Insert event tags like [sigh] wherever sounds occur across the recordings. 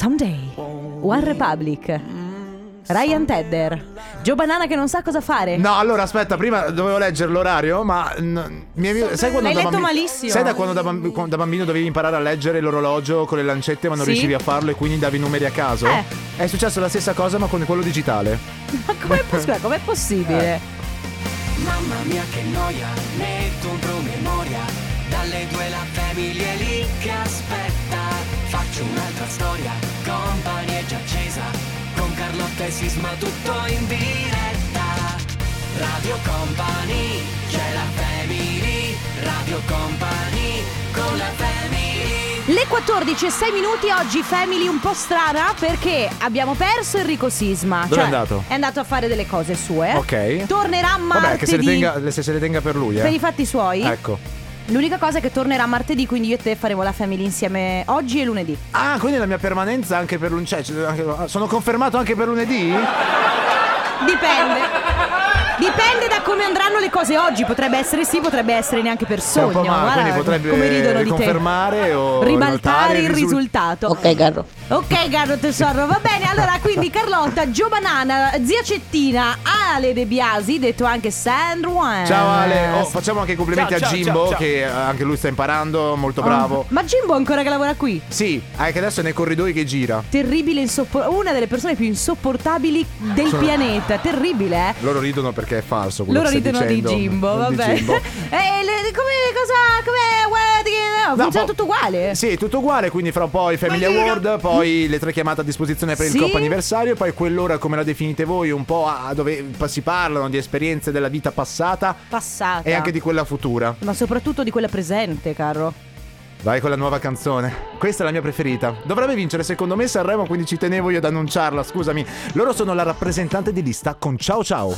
Someday, One Republic, Ryan Tedder, Joe Banana che non sa cosa fare. No, allora aspetta, prima dovevo leggere l'orario, ma n- mi- mi- sai quando L'hai da letto bambi- malissimo. Sai da quando da, bambi- quando da bambino dovevi imparare a leggere l'orologio con le lancette, ma non Sì. riuscivi a farlo e quindi davi i numeri a caso? Eh. È successo la stessa cosa, ma con quello digitale. Ma com'è, pos- scusa, com'è Eh. possibile? Mamma mia che noia, metto un promemoria Dalle due la famiglia è lì che aspetta Faccio un'altra storia, company è già accesa Con Carlotta e Sisma tutto in diretta Radio Company, c'è la family Radio Company, con la family Le 14 e 6 minuti oggi Family un po' strana perché abbiamo perso Enrico Sisma. Cioè, Dove è andato? È andato a fare delle cose sue. Ok. Tornerà Vabbè, che se le, martedì tenga, se se le tenga per lui, eh. per i fatti suoi. Ecco. L'unica cosa è che tornerà martedì, quindi io e te faremo la Family insieme oggi e lunedì. Ah, quindi la mia permanenza anche per lunedì. sono confermato anche per lunedì? Dipende. Dipende da come andranno le cose oggi. Potrebbe essere sì, potrebbe essere neanche per È un sogno. po' male, Guarda quindi potrebbe come ridono di te. confermare o Ribaltare il risul- risultato. Ok, Carlo. Ok, caro tesoro, va bene. Allora, quindi Carlotta, Gio Banana, Zia Cettina, Ale De Biasi, detto anche Sandwan. Ciao Ale, Eh. Oh, facciamo anche i complimenti Ciao, a ciao, Jimbo ciao, ciao. che eh, anche lui sta imparando, Oh. molto bravo. Ma Jimbo ancora che lavora qui? Sì, anche adesso è nei corridoi che gira. Terribile, insoppor- una delle persone più insopportabili del pianeta. Terribile, eh. Loro ridono perché è falso quello Loro che stai ridono di dicendo. Jimbo, Di vabbè. [laughs] Jimbo. e le- come cosa? Come? guardi che- no, No, funziona po- tutto uguale. Sì, tutto uguale, quindi fra un po' i Family Award, poi le tre chiamate a disposizione per Sì? il coppa anniversario, poi quell'ora come la definite voi, un po' a- dove pa- si parlano di esperienze della vita passata Passata. e anche di quella futura. Ma soprattutto di quella presente, caro. Vai con la nuova canzone. Questa è la mia preferita. Dovrebbe vincere secondo me Sanremo, quindi ci tenevo io ad annunciarla, scusami. Loro sono la rappresentante di lista con Ciao Ciao.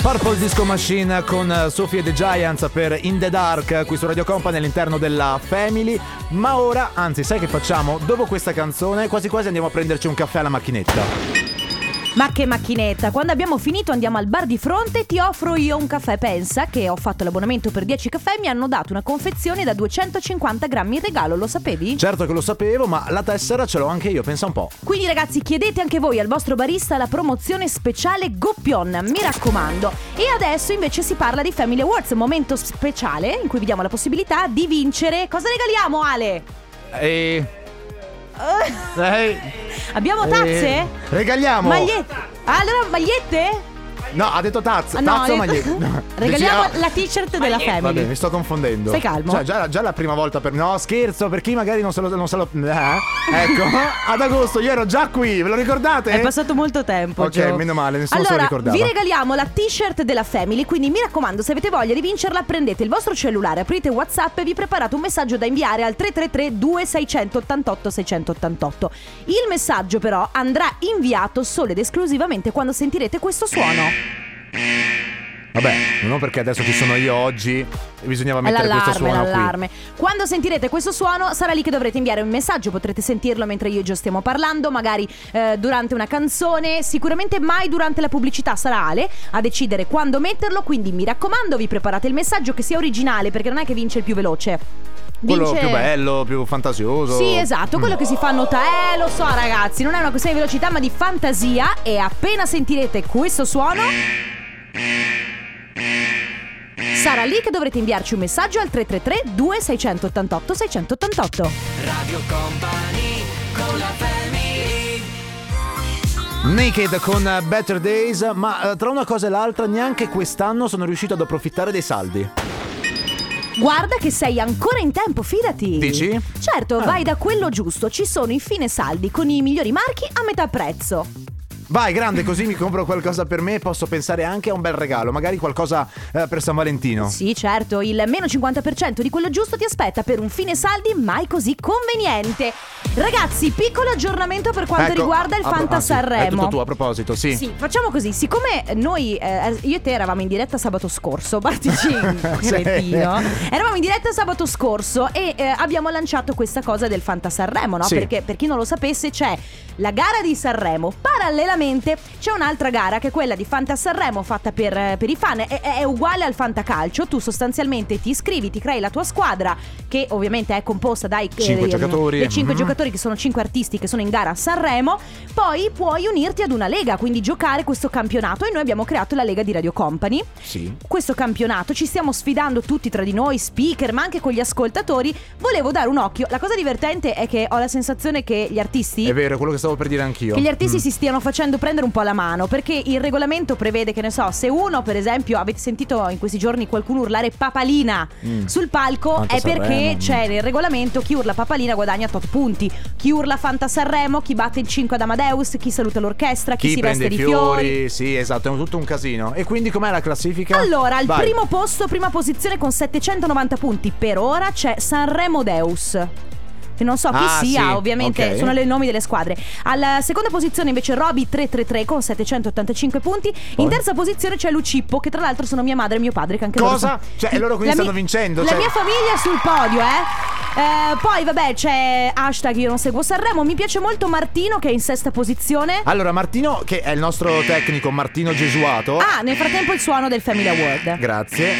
Purple Disco Machine con eh, Sophie e the Giants per In the Dark qui su Radio Company all'interno della Family. Ma ora, anzi, sai che facciamo? Dopo questa canzone, quasi quasi andiamo a prenderci un caffè alla macchinetta. Ma che macchinetta, quando abbiamo finito andiamo al bar di fronte, ti offro io un caffè. Pensa che ho fatto l'abbonamento per 10 caffè e mi hanno dato una confezione da 250 grammi in regalo, lo sapevi? Certo che lo sapevo, ma la tessera ce l'ho anche io, pensa un po'. Quindi ragazzi chiedete anche voi al vostro barista la promozione speciale Goppion, mi raccomando. E adesso invece si parla di Family Awards, momento speciale in cui vi diamo la possibilità di vincere. Cosa regaliamo Ale? E... Ehi. Abbiamo tazze? Eh, regaliamo. Magliette? Ah, Allora magliette? No, ha detto tazza. Ah, tazza o hai detto- [laughs] maglietta? No. Regaliamo Dici, ah, la t-shirt della Vabbè, Family. mi sto confondendo. Stai calmo? Cioè, già, già la prima volta per. No, scherzo, per chi magari non se lo. Non se lo... Eh, [laughs] ecco, ad agosto io ero già qui, ve lo ricordate? È passato molto tempo. Ok, Gio. meno male, nessuno se lo allora, ricordava. Vi regaliamo la t-shirt della Family, quindi mi raccomando, se avete voglia di vincerla, prendete il vostro cellulare, aprite WhatsApp e vi preparate un messaggio da inviare al 333 2688 688. Il messaggio però andrà inviato solo ed esclusivamente quando sentirete questo suono. Vabbè, non perché adesso ci sono io oggi. Bisognava È mettere questo l'allarme, suono qui. l'allarme. Quando sentirete questo suono sarà lì che dovrete inviare un messaggio, potrete sentirlo mentre io e Gio stiamo parlando, magari eh, durante una canzone, sicuramente mai durante la pubblicità sarà Ale a decidere quando metterlo, quindi mi raccomando vi preparate il messaggio che sia originale perché non è che vince il più veloce. Quello Vince- più bello, più fantasioso. Sì, esatto, quello che si fa nota. Eh, lo so ragazzi, non è una questione di velocità ma di fantasia e appena sentirete questo suono... Sarà lì che dovrete inviarci un messaggio al 333 2688 688. Radio Company, con la family Naked con eh, Better Days, ma eh, tra una cosa e l'altra, neanche quest'anno sono riuscito ad approfittare dei saldi. Guarda che sei ancora in tempo, fidati. Dici? Certo, vai da quello giusto. Ci sono infine saldi con i migliori marchi a metà prezzo. Vai, grande, così mi compro qualcosa per me e posso pensare anche a un bel regalo, magari qualcosa eh, per San Valentino. Sì, certo, il meno 50% di quello giusto ti aspetta per un fine saldi mai così conveniente. Ragazzi, piccolo aggiornamento per quanto Ecco, riguarda il a pro- Fanta anzi, È Sanremo. tutto tu a proposito, sì. Sì, facciamo così, siccome noi, eh, io e te eravamo in diretta sabato scorso, [laughs] Bartici, cretino, eravamo in diretta sabato scorso e eh, abbiamo lanciato questa cosa del Fanta Sanremo, no? Sì. Perché per chi non lo sapesse c'è la gara di Sanremo, parallelamente c'è un'altra gara che è quella di Fanta Sanremo fatta per, eh, per i fan, è, è uguale al Fantacalcio, tu sostanzialmente ti iscrivi, ti crei la tua squadra che ovviamente è composta dai Cinque eh, giocatori. dai cinque Mhm. giocatori vincitori, che sono 5 artisti che sono in gara a Sanremo, poi puoi unirti ad una lega, quindi giocare questo campionato e noi abbiamo creato la lega di Radio Company. Sì. Questo campionato ci stiamo sfidando tutti tra di noi, speaker, ma anche con gli ascoltatori. Volevo dare un occhio. La cosa divertente è che ho la sensazione che gli artisti È vero, è quello che stavo per dire anch'io. che gli artisti Mm. si stiano facendo prendere un po' la mano perché il regolamento prevede che ne so, se uno per esempio avete sentito in questi giorni qualcuno urlare papalina Mm. sul palco Fanta è perché Sanremo, mm. c'è nel regolamento chi urla papalina guadagna tot punti, chi urla Fanta Sanremo, chi batte il 5 ad Amadeus, chi saluta l'orchestra, chi, Chi si prende veste i di fiori, Sì, esatto, è tutto un casino. E quindi com'è la classifica? Allora, al Vai. primo posto, prima posizione con 790 punti. Per ora c'è Sanremo Deus. Che non so chi Ah, sia, sì, ovviamente ok. sono le- i nomi delle squadre. Alla seconda posizione invece Roby 333 con 785 punti. Poi? In terza posizione c'è Lucippo, che tra l'altro sono mia madre e mio padre, che anche loro Cosa? sono- Cioè, e loro quindi La stanno mi- vincendo, La cioè- mia famiglia è sul podio, eh. Eh, poi vabbè c'è hashtag io non seguo Sanremo Mi piace molto Martino che è in sesta posizione Allora, Martino, che è il nostro tecnico, Martino Gesuato. Ah nel frattempo il suono del Family Award Grazie.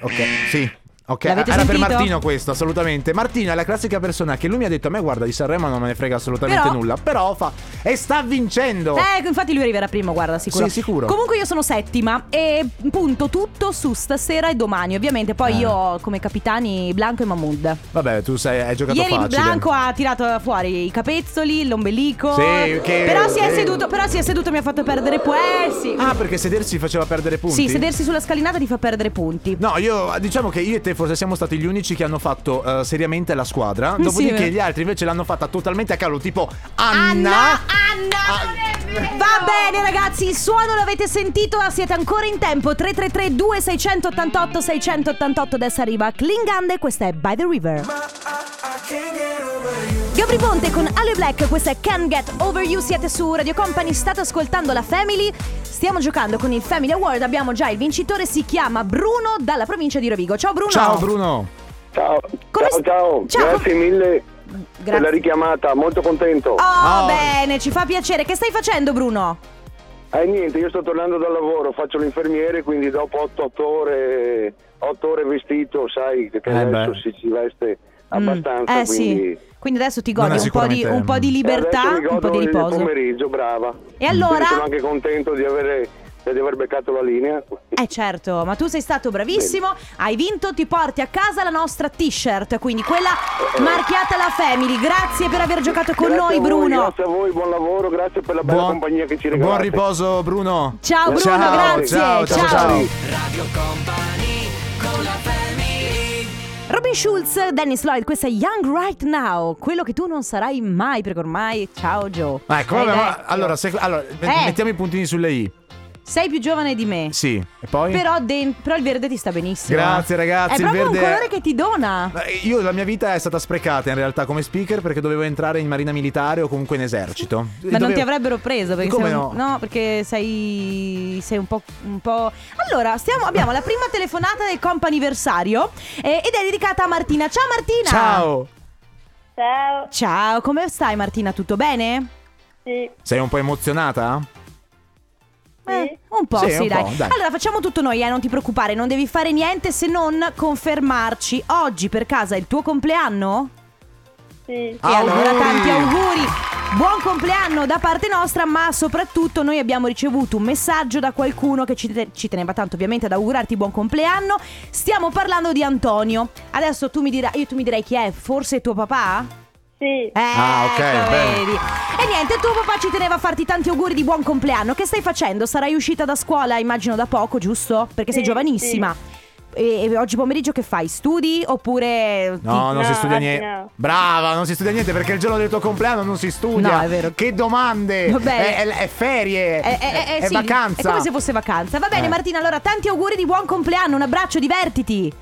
Ok, sì. Ok, L'avete era per sentito? Martino questo, assolutamente. Martino è la classica persona che lui mi ha detto a me guarda di Sanremo non me ne frega assolutamente Però- nulla, però fa e sta vincendo. Ecco, infatti lui arriverà primo, guarda, sicuro. Sì, sicuro. Comunque io sono settima e punto tutto su stasera e domani. Ovviamente poi Eh. io ho come capitani Blanco e Mahmood. Vabbè, tu sei hai giocato Ieri facile. Blanco ha tirato fuori i capezzoli, l'ombelico. Sì, che- Però si è sì. seduto, però si è seduto e mi ha fatto perdere punti. Ah, perché sedersi faceva perdere punti. Sì, sedersi sulla scalinata ti fa perdere punti. No, io diciamo che io e te forse siamo stati gli unici che hanno fatto eh, seriamente la squadra. Sì, Dopodiché vero. gli altri invece l'hanno fatta totalmente a calo, tipo Anna, Anna. Ah, Anna, Va bene ragazzi, il suono l'avete sentito, siete ancora in tempo. 333 2688 688 adesso arriva Klingande, questa è By the River. Gabri Ponte con Ale Black, questa è Can Get Over You, siete su Radio Company, state ascoltando la Family. Stiamo giocando con il Family Award, abbiamo già il vincitore, si chiama Bruno dalla provincia di Rovigo. Ciao Bruno. Ciao Bruno. Ciao, Come ciao, s- ciao. ciao, grazie com- mille per la Grazie. richiamata, molto contento. Oh, Oh. bene, ci fa piacere. Che stai facendo Bruno? Eh niente, io sto tornando dal lavoro, faccio l'infermiere, quindi dopo 8 ore, otto ore vestito, sai che Eh beh. adesso si, si veste Mm, abbastanza, eh quindi... sì. Quindi adesso ti Non godi è un po, di, sicuramente- un po' di E libertà, adesso mi un po' di godo il riposo. pomeriggio, brava. E allora? Quindi Sono anche contento di, avere, di aver beccato la linea. Eh certo, ma tu sei stato bravissimo, hai vinto, ti porti a casa la nostra t-shirt, quindi quella marchiata la Family. Grazie per aver giocato con Grazie noi a voi, Bruno. grazie a voi, buon lavoro, grazie per la bella compagnia che ci regalate. Buon riposo Bruno. Ciao, Bruno, ciao, grazie, Ciao, ciao, ciao. ciao. Robin Schulz, Dennis Lloyd, questa è Young Right Now, quello che tu non sarai mai perché ormai ciao Joe. Ma Ecco, Sei vabbè, ma vecchio. allora, se- allora, Eh. mettiamo i puntini sulle i. sei più giovane di me. Sì, e poi? Però, den- però il verde ti sta benissimo. Grazie, ragazzi, È il proprio verde- un colore che ti dona. Ma Io la mia vita è stata sprecata in realtà come speaker perché dovevo entrare in marina militare o comunque in esercito. Ma non ti avrebbero preso perché Come sei no? un- perché sei, sei un, po', un po'. Allora, stiamo- abbiamo la prima telefonata del comp'anniversario eh, ed è dedicata a Martina. Ciao Martina! Ciao! Ciao, Ciao, come stai Martina? Tutto bene? sì, Sei un po' emozionata? Eh, un po', Sì, sì, un dai. po', dai. Allora facciamo tutto noi, eh, non ti preoccupare, non devi fare niente se non confermarci. Oggi per casa è il tuo compleanno? sì. E allora Auguri! tanti auguri. Buon compleanno da parte nostra, ma soprattutto noi abbiamo ricevuto un messaggio da qualcuno che ci, te- ci teneva tanto ovviamente ad augurarti buon compleanno. Stiamo parlando di Antonio. Adesso tu mi dirai, io tu mi direi chi è? Forse tuo papà? Sì, Eh, Ah, ok, ecco, bene. vedi. E niente, tuo papà ci teneva a farti tanti auguri di buon compleanno. Che stai facendo? Sarai uscita da scuola, immagino da poco, giusto? Perché sei Sì, giovanissima. E, e oggi pomeriggio che fai? Studi oppure ti- No, non si No, studia oggi niente. no. Brava, non si studia niente perché il giorno del tuo compleanno non si studia. No, è vero. Che domande! Vabbè. È, è- è ferie! Eh, eh, eh, è sì, vacanza! È come se fosse vacanza. Va bene, Eh. Martina. Allora, tanti auguri di buon compleanno. Un abbraccio, divertiti.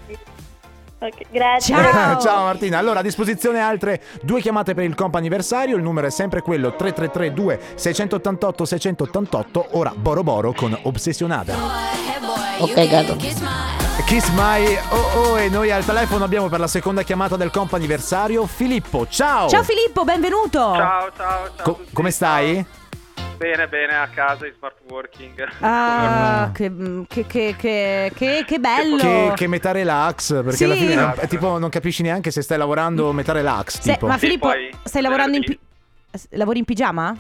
ok, grazie. Ciao. [laughs] Ciao Martina, allora a disposizione altre due chiamate per il comp anniversario, il numero è sempre quello 3332 688 688, ora Boro Boro con Obsessionata. Ok, gato. Kiss My Oh Oh e noi al telefono abbiamo per la seconda chiamata del comp anniversario Filippo, ciao! Ciao, Filippo, benvenuto. Ciao, ciao, ciao. a Co- tutti. come stai? Bene, bene, a casa in smart working. Ah, Ah. che, che, che, che, che- che bello. Che, che metà relax, perché alla Sì. fine non, è tipo, non capisci neanche se stai lavorando metà relax. Se- tipo. ma Sì, Filippo, poi stai lavorando in... venerdì. pi- eh, Lavori in pigiama?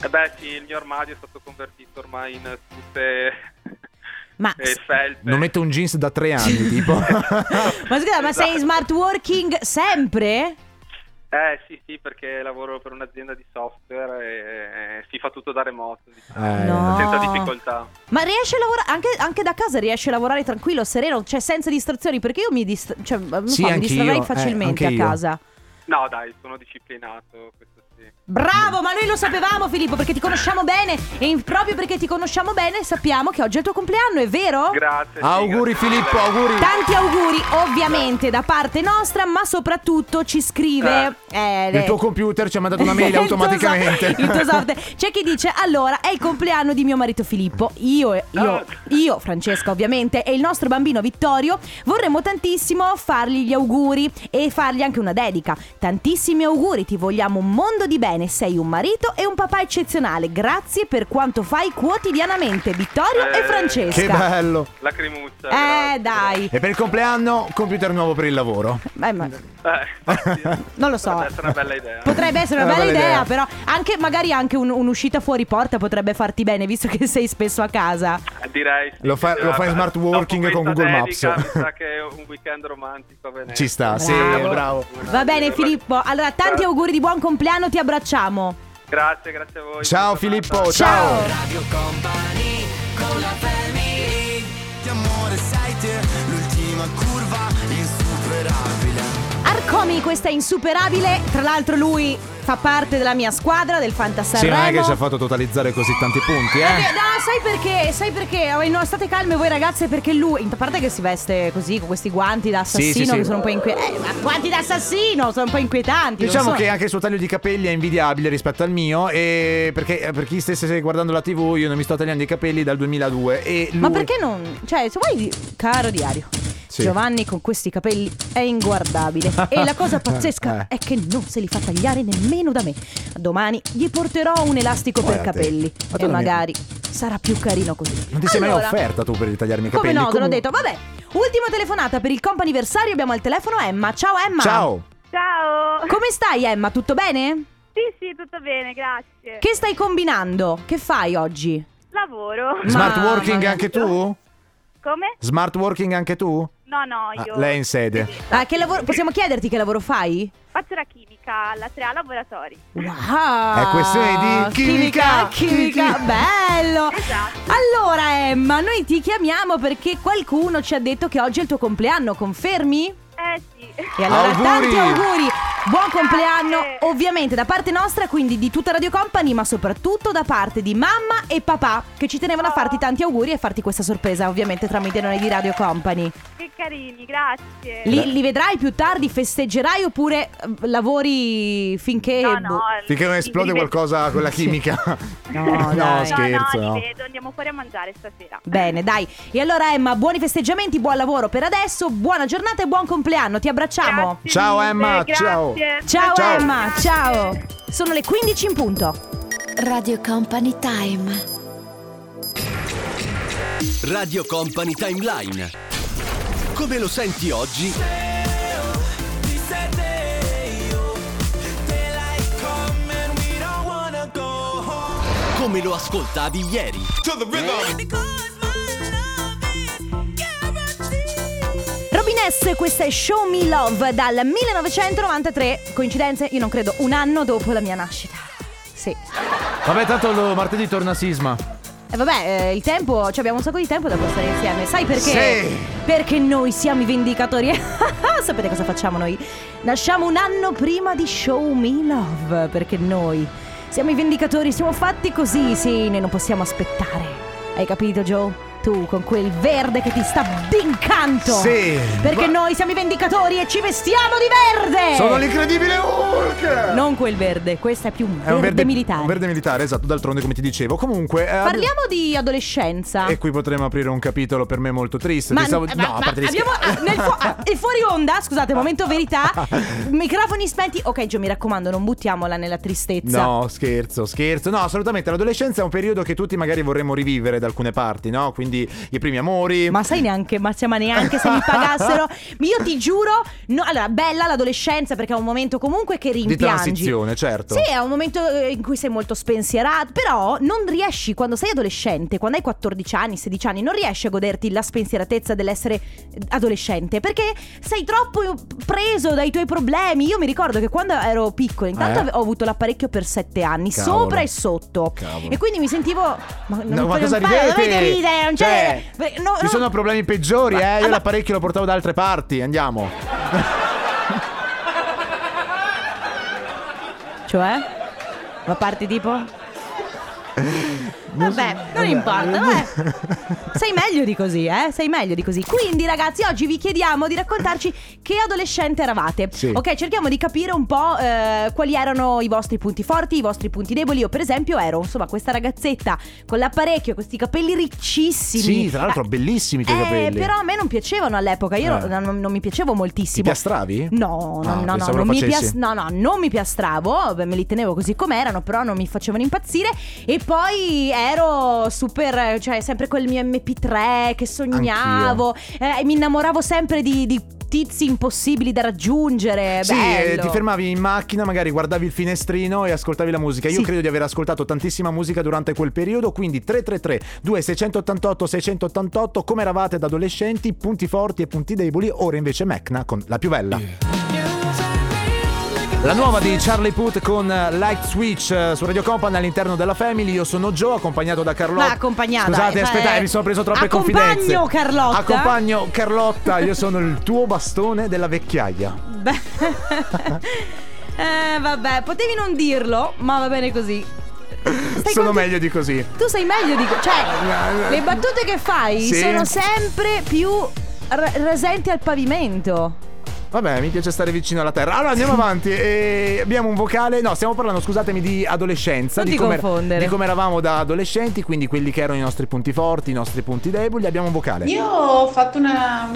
E Eh beh, sì, il mio armadio è stato convertito ormai in tutte [laughs] Ma- le felpe. Non [laughs] metto un jeans da [laughs] tre anni, [laughs] tipo. Ma scusa, ma Esatto. sei in smart working sempre? Eh sì, sì, perché lavoro per un'azienda di software e, e si fa tutto da remoto, diciamo, Eh, No. senza difficoltà. Ma riesci a lavorare anche, anche da casa? Riesci a lavorare tranquillo, sereno, cioè senza distrazioni? Perché io mi, distra- cioè, non Sì, so, mi anch'io, distrarrei eh, facilmente a anche io. casa. No, dai, sono disciplinato, questo sì. Bravo, ma noi lo sapevamo Filippo perché ti conosciamo bene e in- proprio perché ti conosciamo bene sappiamo che oggi è il tuo compleanno, è vero? Grazie. sì, auguri grazie mille. Filippo, auguri. Tanti Oh. auguri ovviamente da parte nostra, ma soprattutto ci scrive... eh, Il tuo computer ci ha [laughs] mandato una mail automaticamente. Il tuo so- il tuo software. C'è chi dice: Allora, è il compleanno di mio marito Filippo. Io, io, io, Francesca, ovviamente, e il nostro bambino Vittorio vorremmo tantissimo fargli gli auguri e fargli anche una dedica. Tantissimi auguri, ti vogliamo un mondo di bene. Sei un marito e un papà eccezionale. Grazie per quanto fai quotidianamente, Vittorio e Eh, Francesca. [laughs] Che bello. Lacrimuccia. eh, grazie. dai. E per il compleanno, computer nuovo per il lavoro. Eh, ma- Eh, sì. [laughs] Non lo so. Potrebbe essere una bella idea. Potrebbe essere una È bella idea, però anche magari anche un- un'uscita fuori porta potrebbe farti bene, visto che sei spesso a casa. Direi. sì, Lo fa- sì, lo fa in vabbè. smart working Dopo con questa Google dedica, Maps. Mi sa che è un weekend romantico a Venezia. Ci sta, Ah, sì, Bravo. bravo. Va bene Filippo, allora tanti Gra- auguri di buon compleanno, ti abbracciamo. Grazie, grazie a voi. Ciao Buona giornata. Filippo, Oh, ciao. Radio Company con la family Di amore sai te l'ultima curva insuperabile Arcomi, questa è insuperabile, tra l'altro lui fa parte della mia squadra del Sì, Fantasanremo. non è che ci ha fatto totalizzare così tanti punti, eh? No, sai perché? Sai perché? Oh, no, state calme voi ragazze perché lui, a parte che si veste così con questi guanti da Sì, sì, assassino sì. che sono un po' inquietanti. Eh, ma guanti da assassino sono un po' inquietanti. non Diciamo so. che anche il suo taglio di capelli è invidiabile rispetto al mio e perché eh, per chi stesse guardando la TV io non mi sto tagliando i capelli dal 2002 e Ma lui- perché non? Cioè, se vuoi, di- caro diario. Sì. Giovanni con questi capelli è inguardabile. e la cosa pazzesca [laughs] Eh. è che non se li fa tagliare nemmeno da me. Domani gli porterò un elastico per Guarda te. capelli. e Madonna mia. magari sarà più carino così. Non ti sei mai Allora, offerta tu per ritagliarmi i Come capelli? no, te l'ho detto. Comunque- Vabbè. Ultima telefonata per il comp'anniversario. Abbiamo al telefono Emma. Ciao Emma. Ciao. Ciao. Come stai Emma? Tutto bene? Sì, sì, tutto bene, grazie. Che stai combinando? Che fai oggi? Lavoro. Smart Mamma working mia. anche tu? Come? Smart working anche tu? No, no, Ah, io lei è in sede. Ah, che lavoro... Possiamo chiederti che lavoro fai? faccio la chimica alla 3A Laboratori. Wow! È questione di chimica, chimica, chimica. [laughs] bello! Esatto. Allora Emma, noi ti chiamiamo perché qualcuno ci ha detto che oggi è il tuo compleanno, confermi? Eh sì. [laughs] E allora Auguri! tanti auguri! Buon compleanno Grazie. ovviamente da parte nostra, quindi di tutta Radio Company, ma soprattutto da parte di mamma e papà che ci tenevano a Oh. farti tanti auguri e farti questa sorpresa ovviamente tramite noi di Radio Company. Che carini, grazie. Li, li vedrai più tardi, festeggerai oppure eh, lavori finché... No, no. boh. Finché non li- esplode li- qualcosa con la Sì. chimica. [laughs] No, no, dai. scherzo. No, no, no. li vedo, andiamo fuori a mangiare stasera. Bene, dai. E allora Emma, buoni festeggiamenti, buon lavoro per adesso, buona giornata e buon compleanno. Ti abbracciamo. Grazie Ciao, mille, Emma, grazie. ciao. Ciao, Ciao. Emma, ciao. Sono le 15 in punto. Radio Company Time. Radio Company Timeline. Come lo senti oggi? Come lo ascoltavi ieri? Robin S, questa è Show Me Love dal 1993. Coincidenze? Io non credo, un anno dopo la mia nascita. Sì. Vabbè, tanto lo martedì torna Sisma. E vabbè, eh, il tempo, cioè abbiamo un sacco di tempo da passare insieme. Sai perché? Sì. Perché noi siamo i vendicatori. [laughs] Sapete cosa facciamo noi? Nasciamo un anno prima di Show Me Love, perché noi siamo i vendicatori, siamo fatti così, sì, noi non possiamo aspettare. Hai capito, Joe? tu con quel verde che ti sta d'incanto. Sì, Perché va- noi siamo i vendicatori e ci vestiamo di verde. Sono l'incredibile Hulk! Non quel verde, questo è più un È verde, militare. Un verde militare, esatto, d'altronde come ti dicevo. Comunque... eh, abbi- Parliamo di adolescenza. E qui potremmo aprire un capitolo per me molto triste. Ma, Ti stavo- eh, No, ma- a ma parte gli abbiamo scherzi. ah, nel fu- ah, e fuori onda, scusate, momento verità. microfoni spenti. Ok, Gio, mi raccomando, non buttiamola nella tristezza. [laughs] No, scherzo, scherzo. No, assolutamente. L'adolescenza è un periodo che tutti magari vorremmo rivivere da alcune parti, no? Quindi i primi amori. Ma sai neanche, ma se- ma neanche se mi [laughs] pagassero. Io ti giuro, no, allora, bella l'adolescenza perché è un momento comunque che Di rimpiangi. transizione, certo. Sì, è un momento eh, in cui sei molto spensierato, però non riesci, quando sei adolescente, quando hai 14 anni, 16 anni, non riesci a goderti la spensieratezza dell'essere adolescente, perché sei troppo eh, preso dai tuoi problemi. Io mi ricordo che quando ero piccola, intanto Eh? ave- ho avuto l'apparecchio per 7 anni, Cavolo. sopra e sotto. Cavolo. E quindi mi sentivo... Ma, non No, ma puoi- cosa non ridete? dovete ridere, non c'è... Cioè, no, ci no. sono problemi peggiori, Ma- eh. ah, Io ma- l'apparecchio lo portavo da altre parti. Andiamo. Cioè? Ma parti tipo... Vabbè, non importa, vabbè. [laughs] Sei meglio di così, eh? Sei meglio di così. Quindi, ragazzi, oggi vi chiediamo di raccontarci che adolescente eravate. Sì. Ok, cerchiamo di capire un po' eh, quali erano i vostri punti forti, i vostri punti deboli. Io, per esempio, ero insomma questa ragazzetta con l'apparecchio, questi capelli riccissimi. [laughs] Sì, tra l'altro, bellissimi i tuoi eh, capelli. Però a me non piacevano all'epoca, io Eh. non, non mi piacevo Ti moltissimo. piastravi? No, no, Ah, no, no, pensavo lo non mi facessi. pias- no, no, non mi piastravo, beh, me li tenevo così com'erano, però non mi facevano impazzire. E poi ero super, cioè sempre col mio MP3 che sognavo, eh, e mi innamoravo sempre di, di tizi impossibili da raggiungere. Sì, eh, bello. ti fermavi in macchina, magari guardavi il finestrino e ascoltavi la musica. Io Sì. credo di aver ascoltato tantissima musica durante quel periodo, quindi 333 2688 688 come eravate da adolescenti, punti forti e punti deboli, ora invece Mecna con la più bella. La nuova di Charlie Puth con eh, Light Switch eh, su Radio Company all'interno della Family. Io sono Joe, accompagnato da Carlotta. Ma accompagnata, Scusate, eh, aspettate, eh, mi sono preso troppe accompagno confidenze. Carlotta. Accompagno Carlotta, io sono il tuo bastone della vecchiaia. Beh. [laughs] eh, vabbè, potevi non dirlo, ma va bene così. Stai Sono conti- meglio di così. Tu sei meglio di... Cioè, le battute che fai Sì. sono sempre più re- resenti al pavimento. Vabbè, mi piace stare vicino alla terra. Allora andiamo avanti. E abbiamo un vocale. No, stiamo parlando, scusatemi, di adolescenza. Non di ti confondere. Di come eravamo da adolescenti, quindi quelli che erano i nostri punti forti, i nostri punti deboli. Abbiamo un vocale. Io ho fatto una-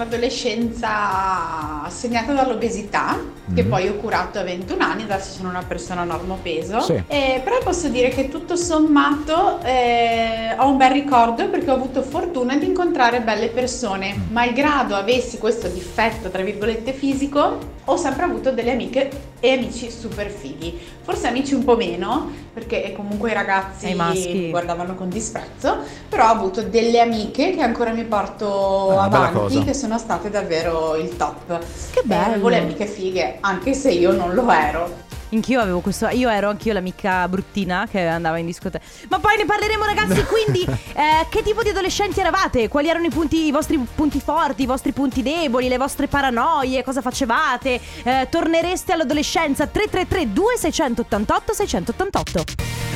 un'adolescenza segnata dall'obesità, che Mm. poi ho curato a 21 anni, adesso sono una persona normopeso. Sì. Eh, però posso dire che tutto sommato eh, ho un bel ricordo perché ho avuto fortuna di incontrare belle persone. Mm. Malgrado avessi questo difetto, tra virgolette, fisico, ho sempre avuto delle amiche e amici super fighi. Forse amici un po' meno, perché comunque i ragazzi E i maschi. mi guardavano con disprezzo, però ho avuto delle amiche che ancora mi porto Ah, bella cosa. avanti, che sono state davvero il top. Che bello. Eh, Avevo le amiche fighe, anche se io non lo ero. Anch'io avevo questo. Io ero anch'io l'amica bruttina che andava in discoteca. Ma poi ne parleremo, [laughs] ragazzi. Quindi, eh, che tipo di adolescenti eravate? Quali erano i, punti, i vostri punti forti, i vostri punti deboli, le vostre paranoie? Cosa facevate? Eh, tornereste all'adolescenza? 333 2688 688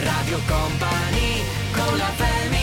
Radio Company con la family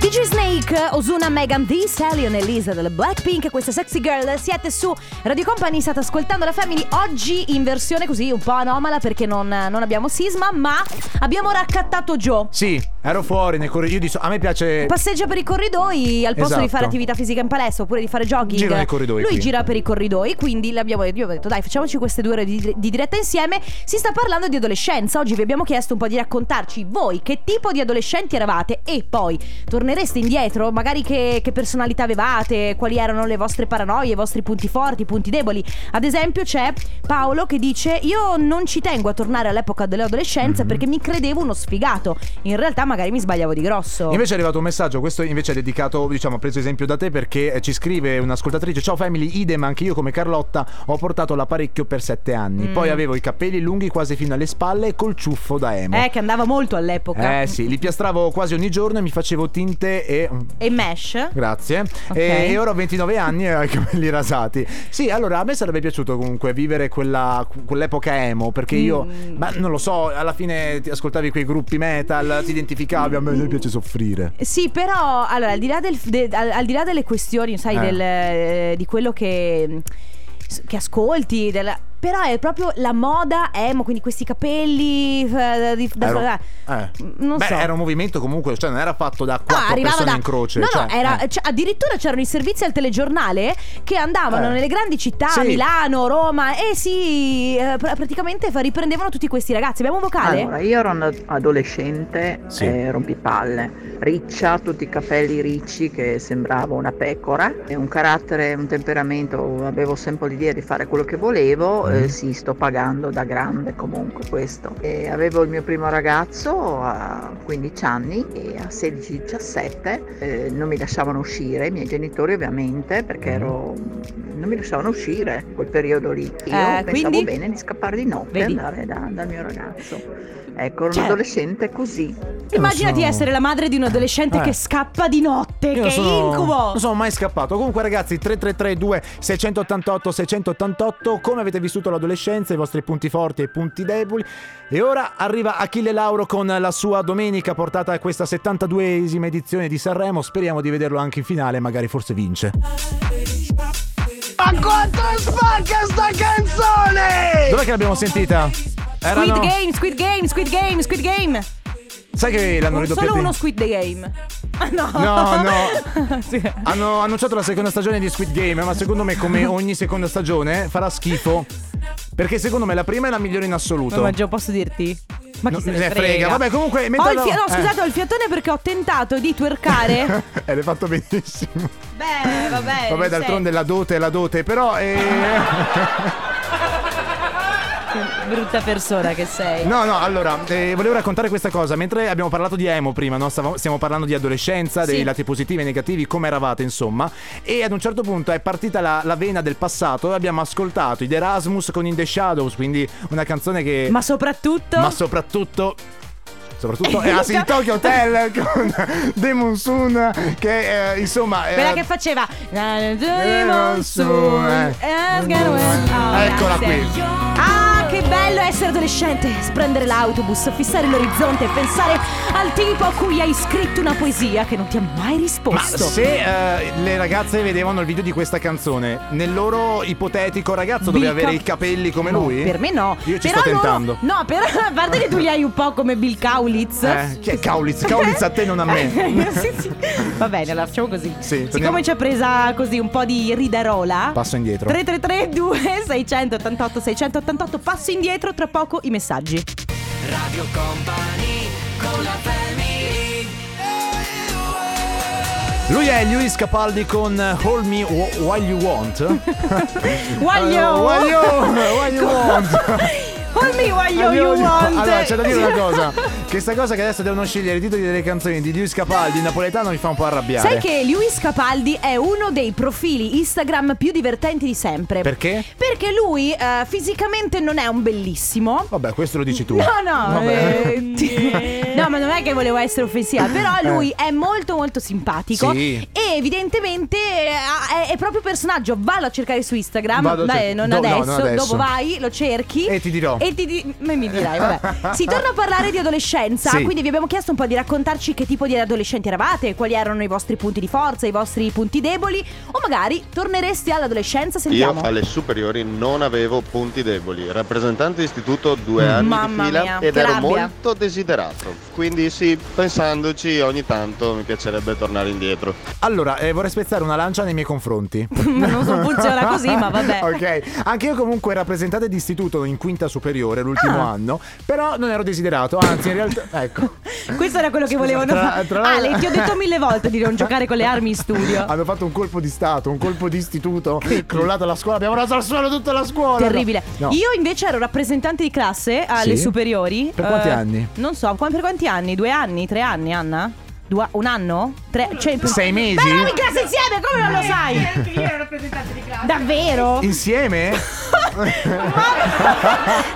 DJ Snake, Osuna, Megan Thee Stallion e Lisa delle Blackpink, questa sexy girl, siete su Radio Company, state ascoltando la Family oggi in versione così un po' anomala perché non, non abbiamo sisma, ma abbiamo raccattato Joe. Sì, ero fuori nei corridoi. Io dico, a me piace. Passeggia per i corridoi al posto Esatto. di fare attività fisica in palestra oppure di fare jogging. Gira nei corridoi Lui qui. gira per i corridoi, quindi l'abbiamo io ho detto dai facciamoci queste due ore di, di diretta insieme. Si sta parlando di adolescenza, oggi vi abbiamo chiesto un po' di raccontarci voi che tipo di adolescenti eravate e poi tornereste indietro, magari che, che personalità avevate, quali erano le vostre paranoie, i vostri punti forti, i punti deboli. Ad esempio c'è Paolo che dice io non ci tengo a tornare all'epoca Mm-hmm. dell'adolescenza perché mi credevo uno sfigato, in realtà magari mi sbagliavo di grosso. Invece è arrivato un messaggio, questo invece è dedicato, diciamo, preso esempio da te perché eh, ci scrive un'ascoltatrice, ciao family, idem, anche io come Carlotta ho portato l'apparecchio per sette anni, Mm. poi avevo i capelli lunghi quasi fino alle spalle e col ciuffo da emo. Eh, che andava molto all'epoca. Eh sì, li piastravo quasi ogni giorno e mi facevo tinte e... E mesh? Grazie. Ok. E ora ho 29 anni e ho i capelli rasati. Sì, allora a me sarebbe piaciuto comunque vivere quella, quell'epoca emo perché io, Mm. ma non lo so, alla fine ti ascoltavi quei gruppi metal, ti sacrificabile, a me non piace soffrire. Sì, però allora, al di là, del- de- al- al di là delle questioni, sai, Eh. del, eh, di quello che, che ascolti, della- però è proprio la moda emo, quindi questi capelli. eh, di- da- Ero- da- eh. Non Beh, so. era un movimento comunque, cioè non era fatto da No, quattro arrivava persone da. in croce. no, no, cioè, era- eh. cioè, addirittura c'erano i servizi al telegiornale che andavano Eh. nelle grandi città, Sì. Milano, Roma, e si eh, pra- praticamente fa- riprendevano tutti questi ragazzi. Abbiamo un vocale? Allora, io ero una- adolescente Sì. eh, rompipalle, riccia, tutti i capelli ricci che sembravo una pecora, e un carattere, un temperamento, avevo sempre l'idea di fare quello che volevo, Mm. eh, sì, sto pagando da grande comunque questo. E avevo il mio primo ragazzo a 15 anni e a 16-17 eh, non mi lasciavano uscire, i miei genitori ovviamente, perché ero... non mi lasciavano uscire quel periodo lì. Io Eh, pensavo quindi? bene di scappare di notte e Vedi? andare da- dal mio ragazzo. Ecco, un Cioè- adolescente così. Immaginati so. essere la madre di un adolescente Eh. che scappa di notte, Io che non sono- incubo! Non sono mai scappato. Comunque, ragazzi, 3332 688 688, come avete vissuto l'adolescenza, i vostri punti forti e i punti deboli. E ora arriva Achille Lauro con la sua domenica portata a questa 72esima edizione di Sanremo. Speriamo di vederlo anche in finale, magari forse vince. Ma quanto è spacca sta canzone! Dov'è che l'abbiamo sentita? Squid Erano... Game, Squid Game, Squid Game, Squid Game. Sai che l'hanno Un- ridoppiata? solo in- uno Squid [laughs] Game. Ah, no. No, [laughs] no. Sì. Hanno annunciato la seconda stagione di Squid Game, ma secondo me, come ogni seconda stagione, farà schifo. Perché secondo me la prima è la migliore in assoluto. Ma Gio, posso dirti? Ma chi No, se ne se frega. frega. Vabbè, comunque, Ho mentre il fia- no, no, eh. scusate, ho il fiatone perché ho tentato di [laughs] twerkare. [laughs] Eh, l'hai fatto benissimo. Beh, vabbè. Vabbè, d'altronde la dote è la dote, però. eh, Che brutta persona che sei. No, no, allora, eh, volevo raccontare questa cosa. Mentre abbiamo parlato di emo prima, no? Stavamo- stiamo parlando di adolescenza, dei Sì. lati positivi e negativi, come eravate, insomma. E ad un certo punto è partita la, la vena del passato e abbiamo ascoltato i The Erasmus con In The Shadows, quindi una canzone che. Ma soprattutto Ma soprattutto. [laughs] Soprattutto è in Tokyo Hotel con The Monsoon che eh, insomma... eh, quella che faceva eh, non so, eh. Eccola qui. Ah, che bello essere adolescente, sprendere l'autobus, fissare l'orizzonte e pensare al tipo a cui hai scritto una poesia che non ti ha mai Ma risposto. se eh, le ragazze vedevano il video di questa canzone, nel loro ipotetico ragazzo doveva Bill avere i Cow- capelli come No, lui? Per me no. Io ci Però sto loro- tentando. No, però a parte che tu li hai un po' come Bill Kaulitz. Eh, chi è Kaulitz? Kaulitz a te, non a me. [laughs] sì, sì. Va bene, allora facciamo così. Sì, torniamo- Siccome ci ha presa così un po' di ridarola. Passo indietro. 333 688 688 passo indietro tra poco i messaggi. Eh, Radio Company con la family Lui è Luis Capaldi con Hold Me Wh- While [laughs] You Want. Waglio! [laughs] Waglio, waglio want. Hold me waglio you want. Allora, c'è da dire una cosa. Questa cosa che adesso devono scegliere i titoli delle canzoni di Luis Capaldi in napoletano mi fa un po' arrabbiare. Sai che Luis Capaldi è uno dei profili Instagram più divertenti di sempre. Perché? Perché lui eh, fisicamente non è un bellissimo. Vabbè, questo lo dici tu. No, no, Vabbè. [laughs] eh, ti- no, ma non è che volevo essere offensiva, però lui è molto molto simpatico Eh. Sì. e evidentemente eh, ha- è, è proprio personaggio, vallo a cercare su Instagram, Vado a dai, cercare- non, do- no, adesso, non adesso. dopo vai, lo cerchi E ti dirò. E ti di- ma mi dirai, [laughs] vabbè. Si torna a parlare di adolescenza, Sì. quindi vi abbiamo chiesto un po' di raccontarci che tipo di adolescenti eravate, quali erano i vostri punti di forza, i vostri punti deboli o magari torneresti all'adolescenza, sentiamo. Io alle superiori non avevo punti deboli, rappresentante di istituto due anni Mamma di fila mia, ed che ero rabbia. molto desiderato. Quindi sì, pensandoci ogni tanto mi piacerebbe tornare indietro. Allora, eh, vorrei spezzare una lancia nei miei confronti. [laughs] non so, funziona così, ma vabbè. [laughs] ok, anche io comunque rappresentante di istituto in quinta superiore l'ultimo Ah. anno, però non ero desiderato, anzi in [laughs] realtà... Ecco. Questo era quello che volevano Tra- [laughs] fare. tra- Ale, ti ho detto mille volte di non giocare con le armi in [laughs] studio. Hanno fatto un colpo di stato, un colpo di istituto, crollata la scuola, abbiamo raso al suolo tutta la scuola. Terribile. No. No. Io invece ero rappresentante di classe alle Sì? superiori. eh, Per quanti anni? Non so, qua- per quanti anni? Due anni? Tre anni, Anna? Due- un anno? Tre, cioè, per- Sei mesi? Eh. Ma eravamo in classe insieme, come non lo sai? Io ero rappresentante di classe. Davvero? [laughs] Insieme?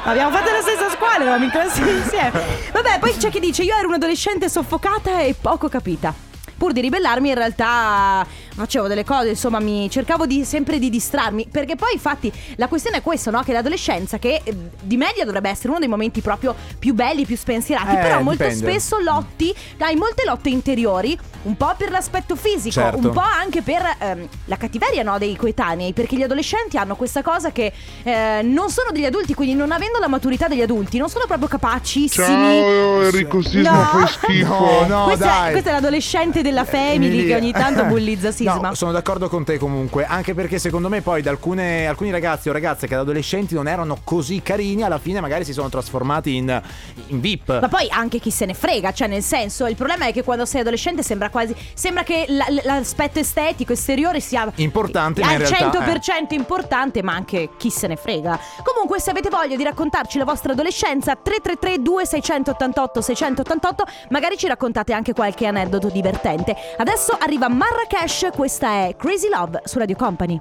Abbiamo fatto la stessa scuola, eravamo in classe insieme. Vabbè, poi c'è chi dice: Io ero un'adolescente soffocata e poco capita. Pur di ribellarmi, in realtà facevo delle cose, insomma, mi cercavo di, sempre di distrarmi. Perché poi, infatti, la questione è questa, no? Che l'adolescenza, che eh, di media dovrebbe essere uno dei momenti proprio più belli, più spensierati, Eh, però molto dipende. spesso lotti, hai molte lotte interiori, un po' per l'aspetto fisico, Certo. un po' anche per ehm, la cattiveria, no? Dei coetanei, perché gli adolescenti hanno questa cosa che eh, non sono degli adulti, quindi non avendo la maturità degli adulti, non sono proprio capacissimi. Ciao Enrico Sisma, No. fai schifo. [laughs] Eh, No, no, Questa dai. È, questo è l'adolescente della family Emily. che ogni [laughs] [laughs] tanto bullizza Sisma. No, sono d'accordo con te comunque, anche perché secondo me poi da alcune- alcuni ragazzi o ragazze che da adolescenti non erano così carini, alla fine magari si sono trasformati in, in VIP. Ma poi anche chi se ne frega, cioè nel senso, il problema è che quando sei adolescente sembra quasi sembra che la- l- l'aspetto estetico esteriore sia Importante, ma in al realtà... 100% importante, ma anche chi se ne frega. Comunque, se avete voglia di raccontarci la vostra adolescenza, 333 2688 688, magari ci raccontate anche qualche aneddoto divertente. Adesso arriva Marrakesh, questa è Crazy Love su Radio Company.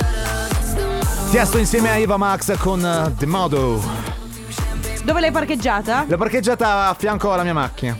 eh. Tiesto insieme a Eva Max con eh, The Modo. Dove l'hai parcheggiata? L'ho parcheggiata a fianco alla mia macchina.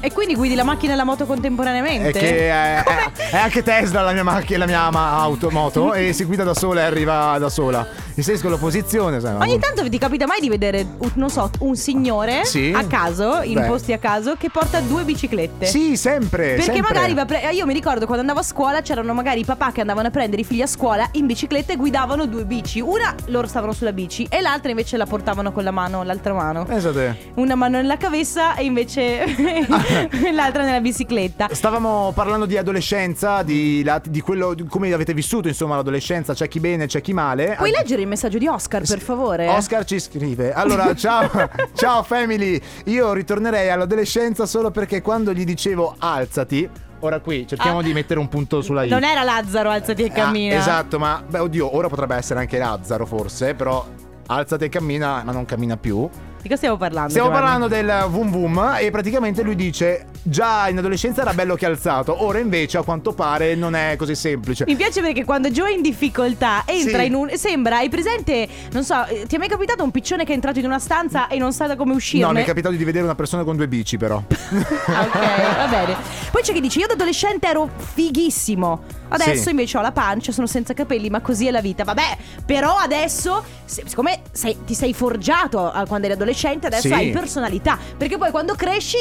E quindi guidi la macchina e la moto contemporaneamente? È [laughs] che è, è- è anche Tesla la mia macchina, la mia ma- [laughs] auto, moto, e si guida da sola e arriva da sola. Mi sei la posizione, sai, Ogni tanto ti capita mai di vedere, un- non so, un signore Sì. a caso, in Beh. posti a caso, che porta due biciclette? Sì, sempre. Perché sempre. magari va pre- eh, io mi ricordo quando andavo a scuola c'erano magari i papà che andavano a prendere i figli a scuola in bicicletta e guidavano due bici. Una loro stavano sulla bici e l'altra invece la portavano con la mano, l'altra mano. Pensa te. Una mano nella cavessa e [laughs] invece [laughs] l'altra nella bicicletta. Stavamo parlando di adolescenza, di, lati- di quello di come avete vissuto, insomma, l'adolescenza, c'è chi bene, c'è chi male. Puoi Ad- leggere il messaggio di Oscar, per favore? Oscar ci scrive. [laughs] Allora, ciao, ciao family. Io ritornerei all'adolescenza solo perché quando gli dicevo alzati, ora qui cerchiamo Ah. di mettere un punto sulla I. Non era Lazzaro, alzati e Ah, cammina. esatto, ma beh, oddio, ora potrebbe essere anche Lazzaro forse, però alzati e cammina, ma non cammina più. Di cosa stiamo parlando? Stiamo Giovanni? parlando del Vum Vum e praticamente lui dice già in adolescenza era bello che alzato, ora invece a quanto pare non è così semplice. Mi piace perché quando Joe è in difficoltà entra Sì. in un. Sembra, hai presente? Non so, eh, ti è mai capitato un piccione che è entrato in una stanza e non sa da come uscire? No, mi è capitato di vedere una persona con due bici però. [laughs] ok, va bene. Poi c'è chi dice: Io da adolescente ero fighissimo. Adesso Sì. invece ho la pancia, sono senza capelli, ma così è la vita. Vabbè, però adesso, se- siccome sei- ti sei forgiato eh, quando eri adolescente, adesso Sì. hai personalità. Perché poi quando cresci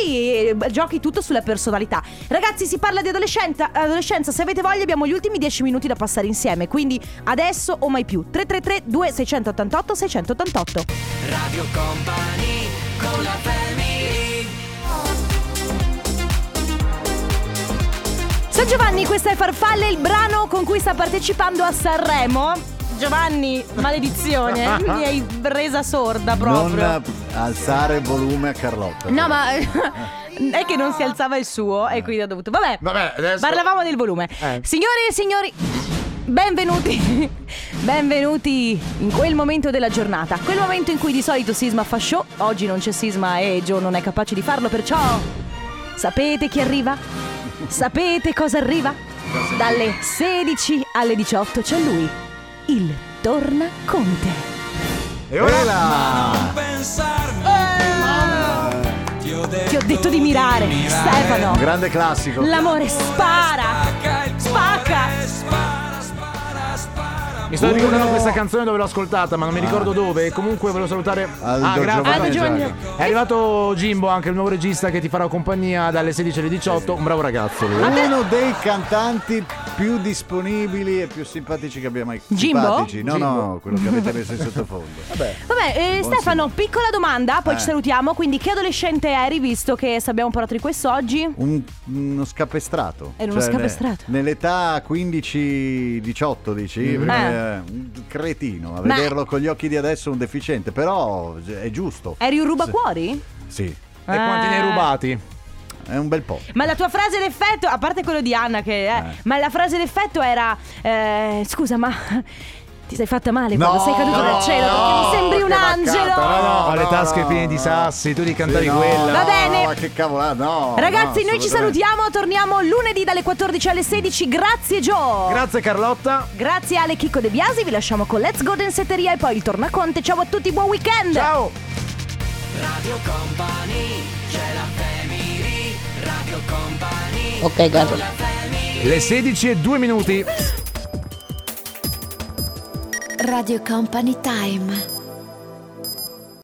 eh, giochi tutto sulla personalità. Ragazzi, si parla di adolescenza. adolescenza. Se avete voglia, abbiamo gli ultimi 10 minuti da passare insieme. Quindi adesso o mai più. 333 2688 688 Radio Company con la family. San Giovanni, questa è Farfalle, il brano con cui sta partecipando a Sanremo. Giovanni, [laughs] maledizione, mi hai resa sorda proprio. Non eh, alzare il volume a Carlotta. No, ma eh, [laughs] è che non si alzava il suo e quindi ha dovuto. Vabbè, Vabbè adesso... parlavamo del volume. Eh. Signore e signori, benvenuti. [laughs] Benvenuti in quel momento della giornata, quel momento in cui di solito Sisma fa show, oggi non c'è Sisma e Joe non è capace di farlo, perciò sapete chi arriva? Sapete cosa arriva? Dalle 16 alle 18 c'è lui, il Torna Conte. E ora? Ti ho detto di mirare, Stefano. Grande classico. L'amore spara, spacca. Mi sto ricordando questa canzone dove l'ho ascoltata, ma non mi ricordo dove. E comunque volevo salutare Ah. Aldo Ah, gra- Giovanni Aldo Giovanni. È arrivato Jimbo, anche il nuovo regista che ti farà compagnia dalle 16 alle 18. Un bravo ragazzo Ah. lui. Uno dei cantanti più disponibili e più simpatici che abbia mai Jimbo? Simpatici. No, Jimbo. no, quello che avete [laughs] messo in sottofondo. Vabbè. Vabbè, eh, Buon Stefano, piccola domanda, poi Eh. ci salutiamo. Quindi, che adolescente eri, visto che se abbiamo parlato di questo oggi? Un- uno scapestrato. Cioè, Era uno scapestrato. ne- nell'età 15-18, dici? Mm. perché, Eh. un cretino. A Ma- vederlo con gli occhi di adesso è un deficiente, però è giusto. Eri un rubacuori? Sì. E quanti ne hai rubati? È un bel po'. Ma la tua frase d'effetto, a parte quello di Anna, che eh, ma la frase d'effetto era: eh, Scusa, ma [laughs] ti sei fatta male quando No, sei caduto dal no, cielo perché mi sembri un angelo. No, le tasche no, piene di no. sassi, tu devi cantare Sì, no, quella. Va bene. Ma che cavolo, no. Ragazzi, no, noi ci assolutamente. salutiamo. Torniamo lunedì dalle 14 alle 16. Grazie, Gio. Grazie Carlotta. Grazie Ale Chicco De Biasi. Vi lasciamo con Let's Go Densetteria e poi il Tornaconte. Ciao a tutti, buon weekend. Ciao. Radio Company, c'è la family. Radio Company. Ok, guarda. family. Le 16 e 2 minuti. Radio Company Time.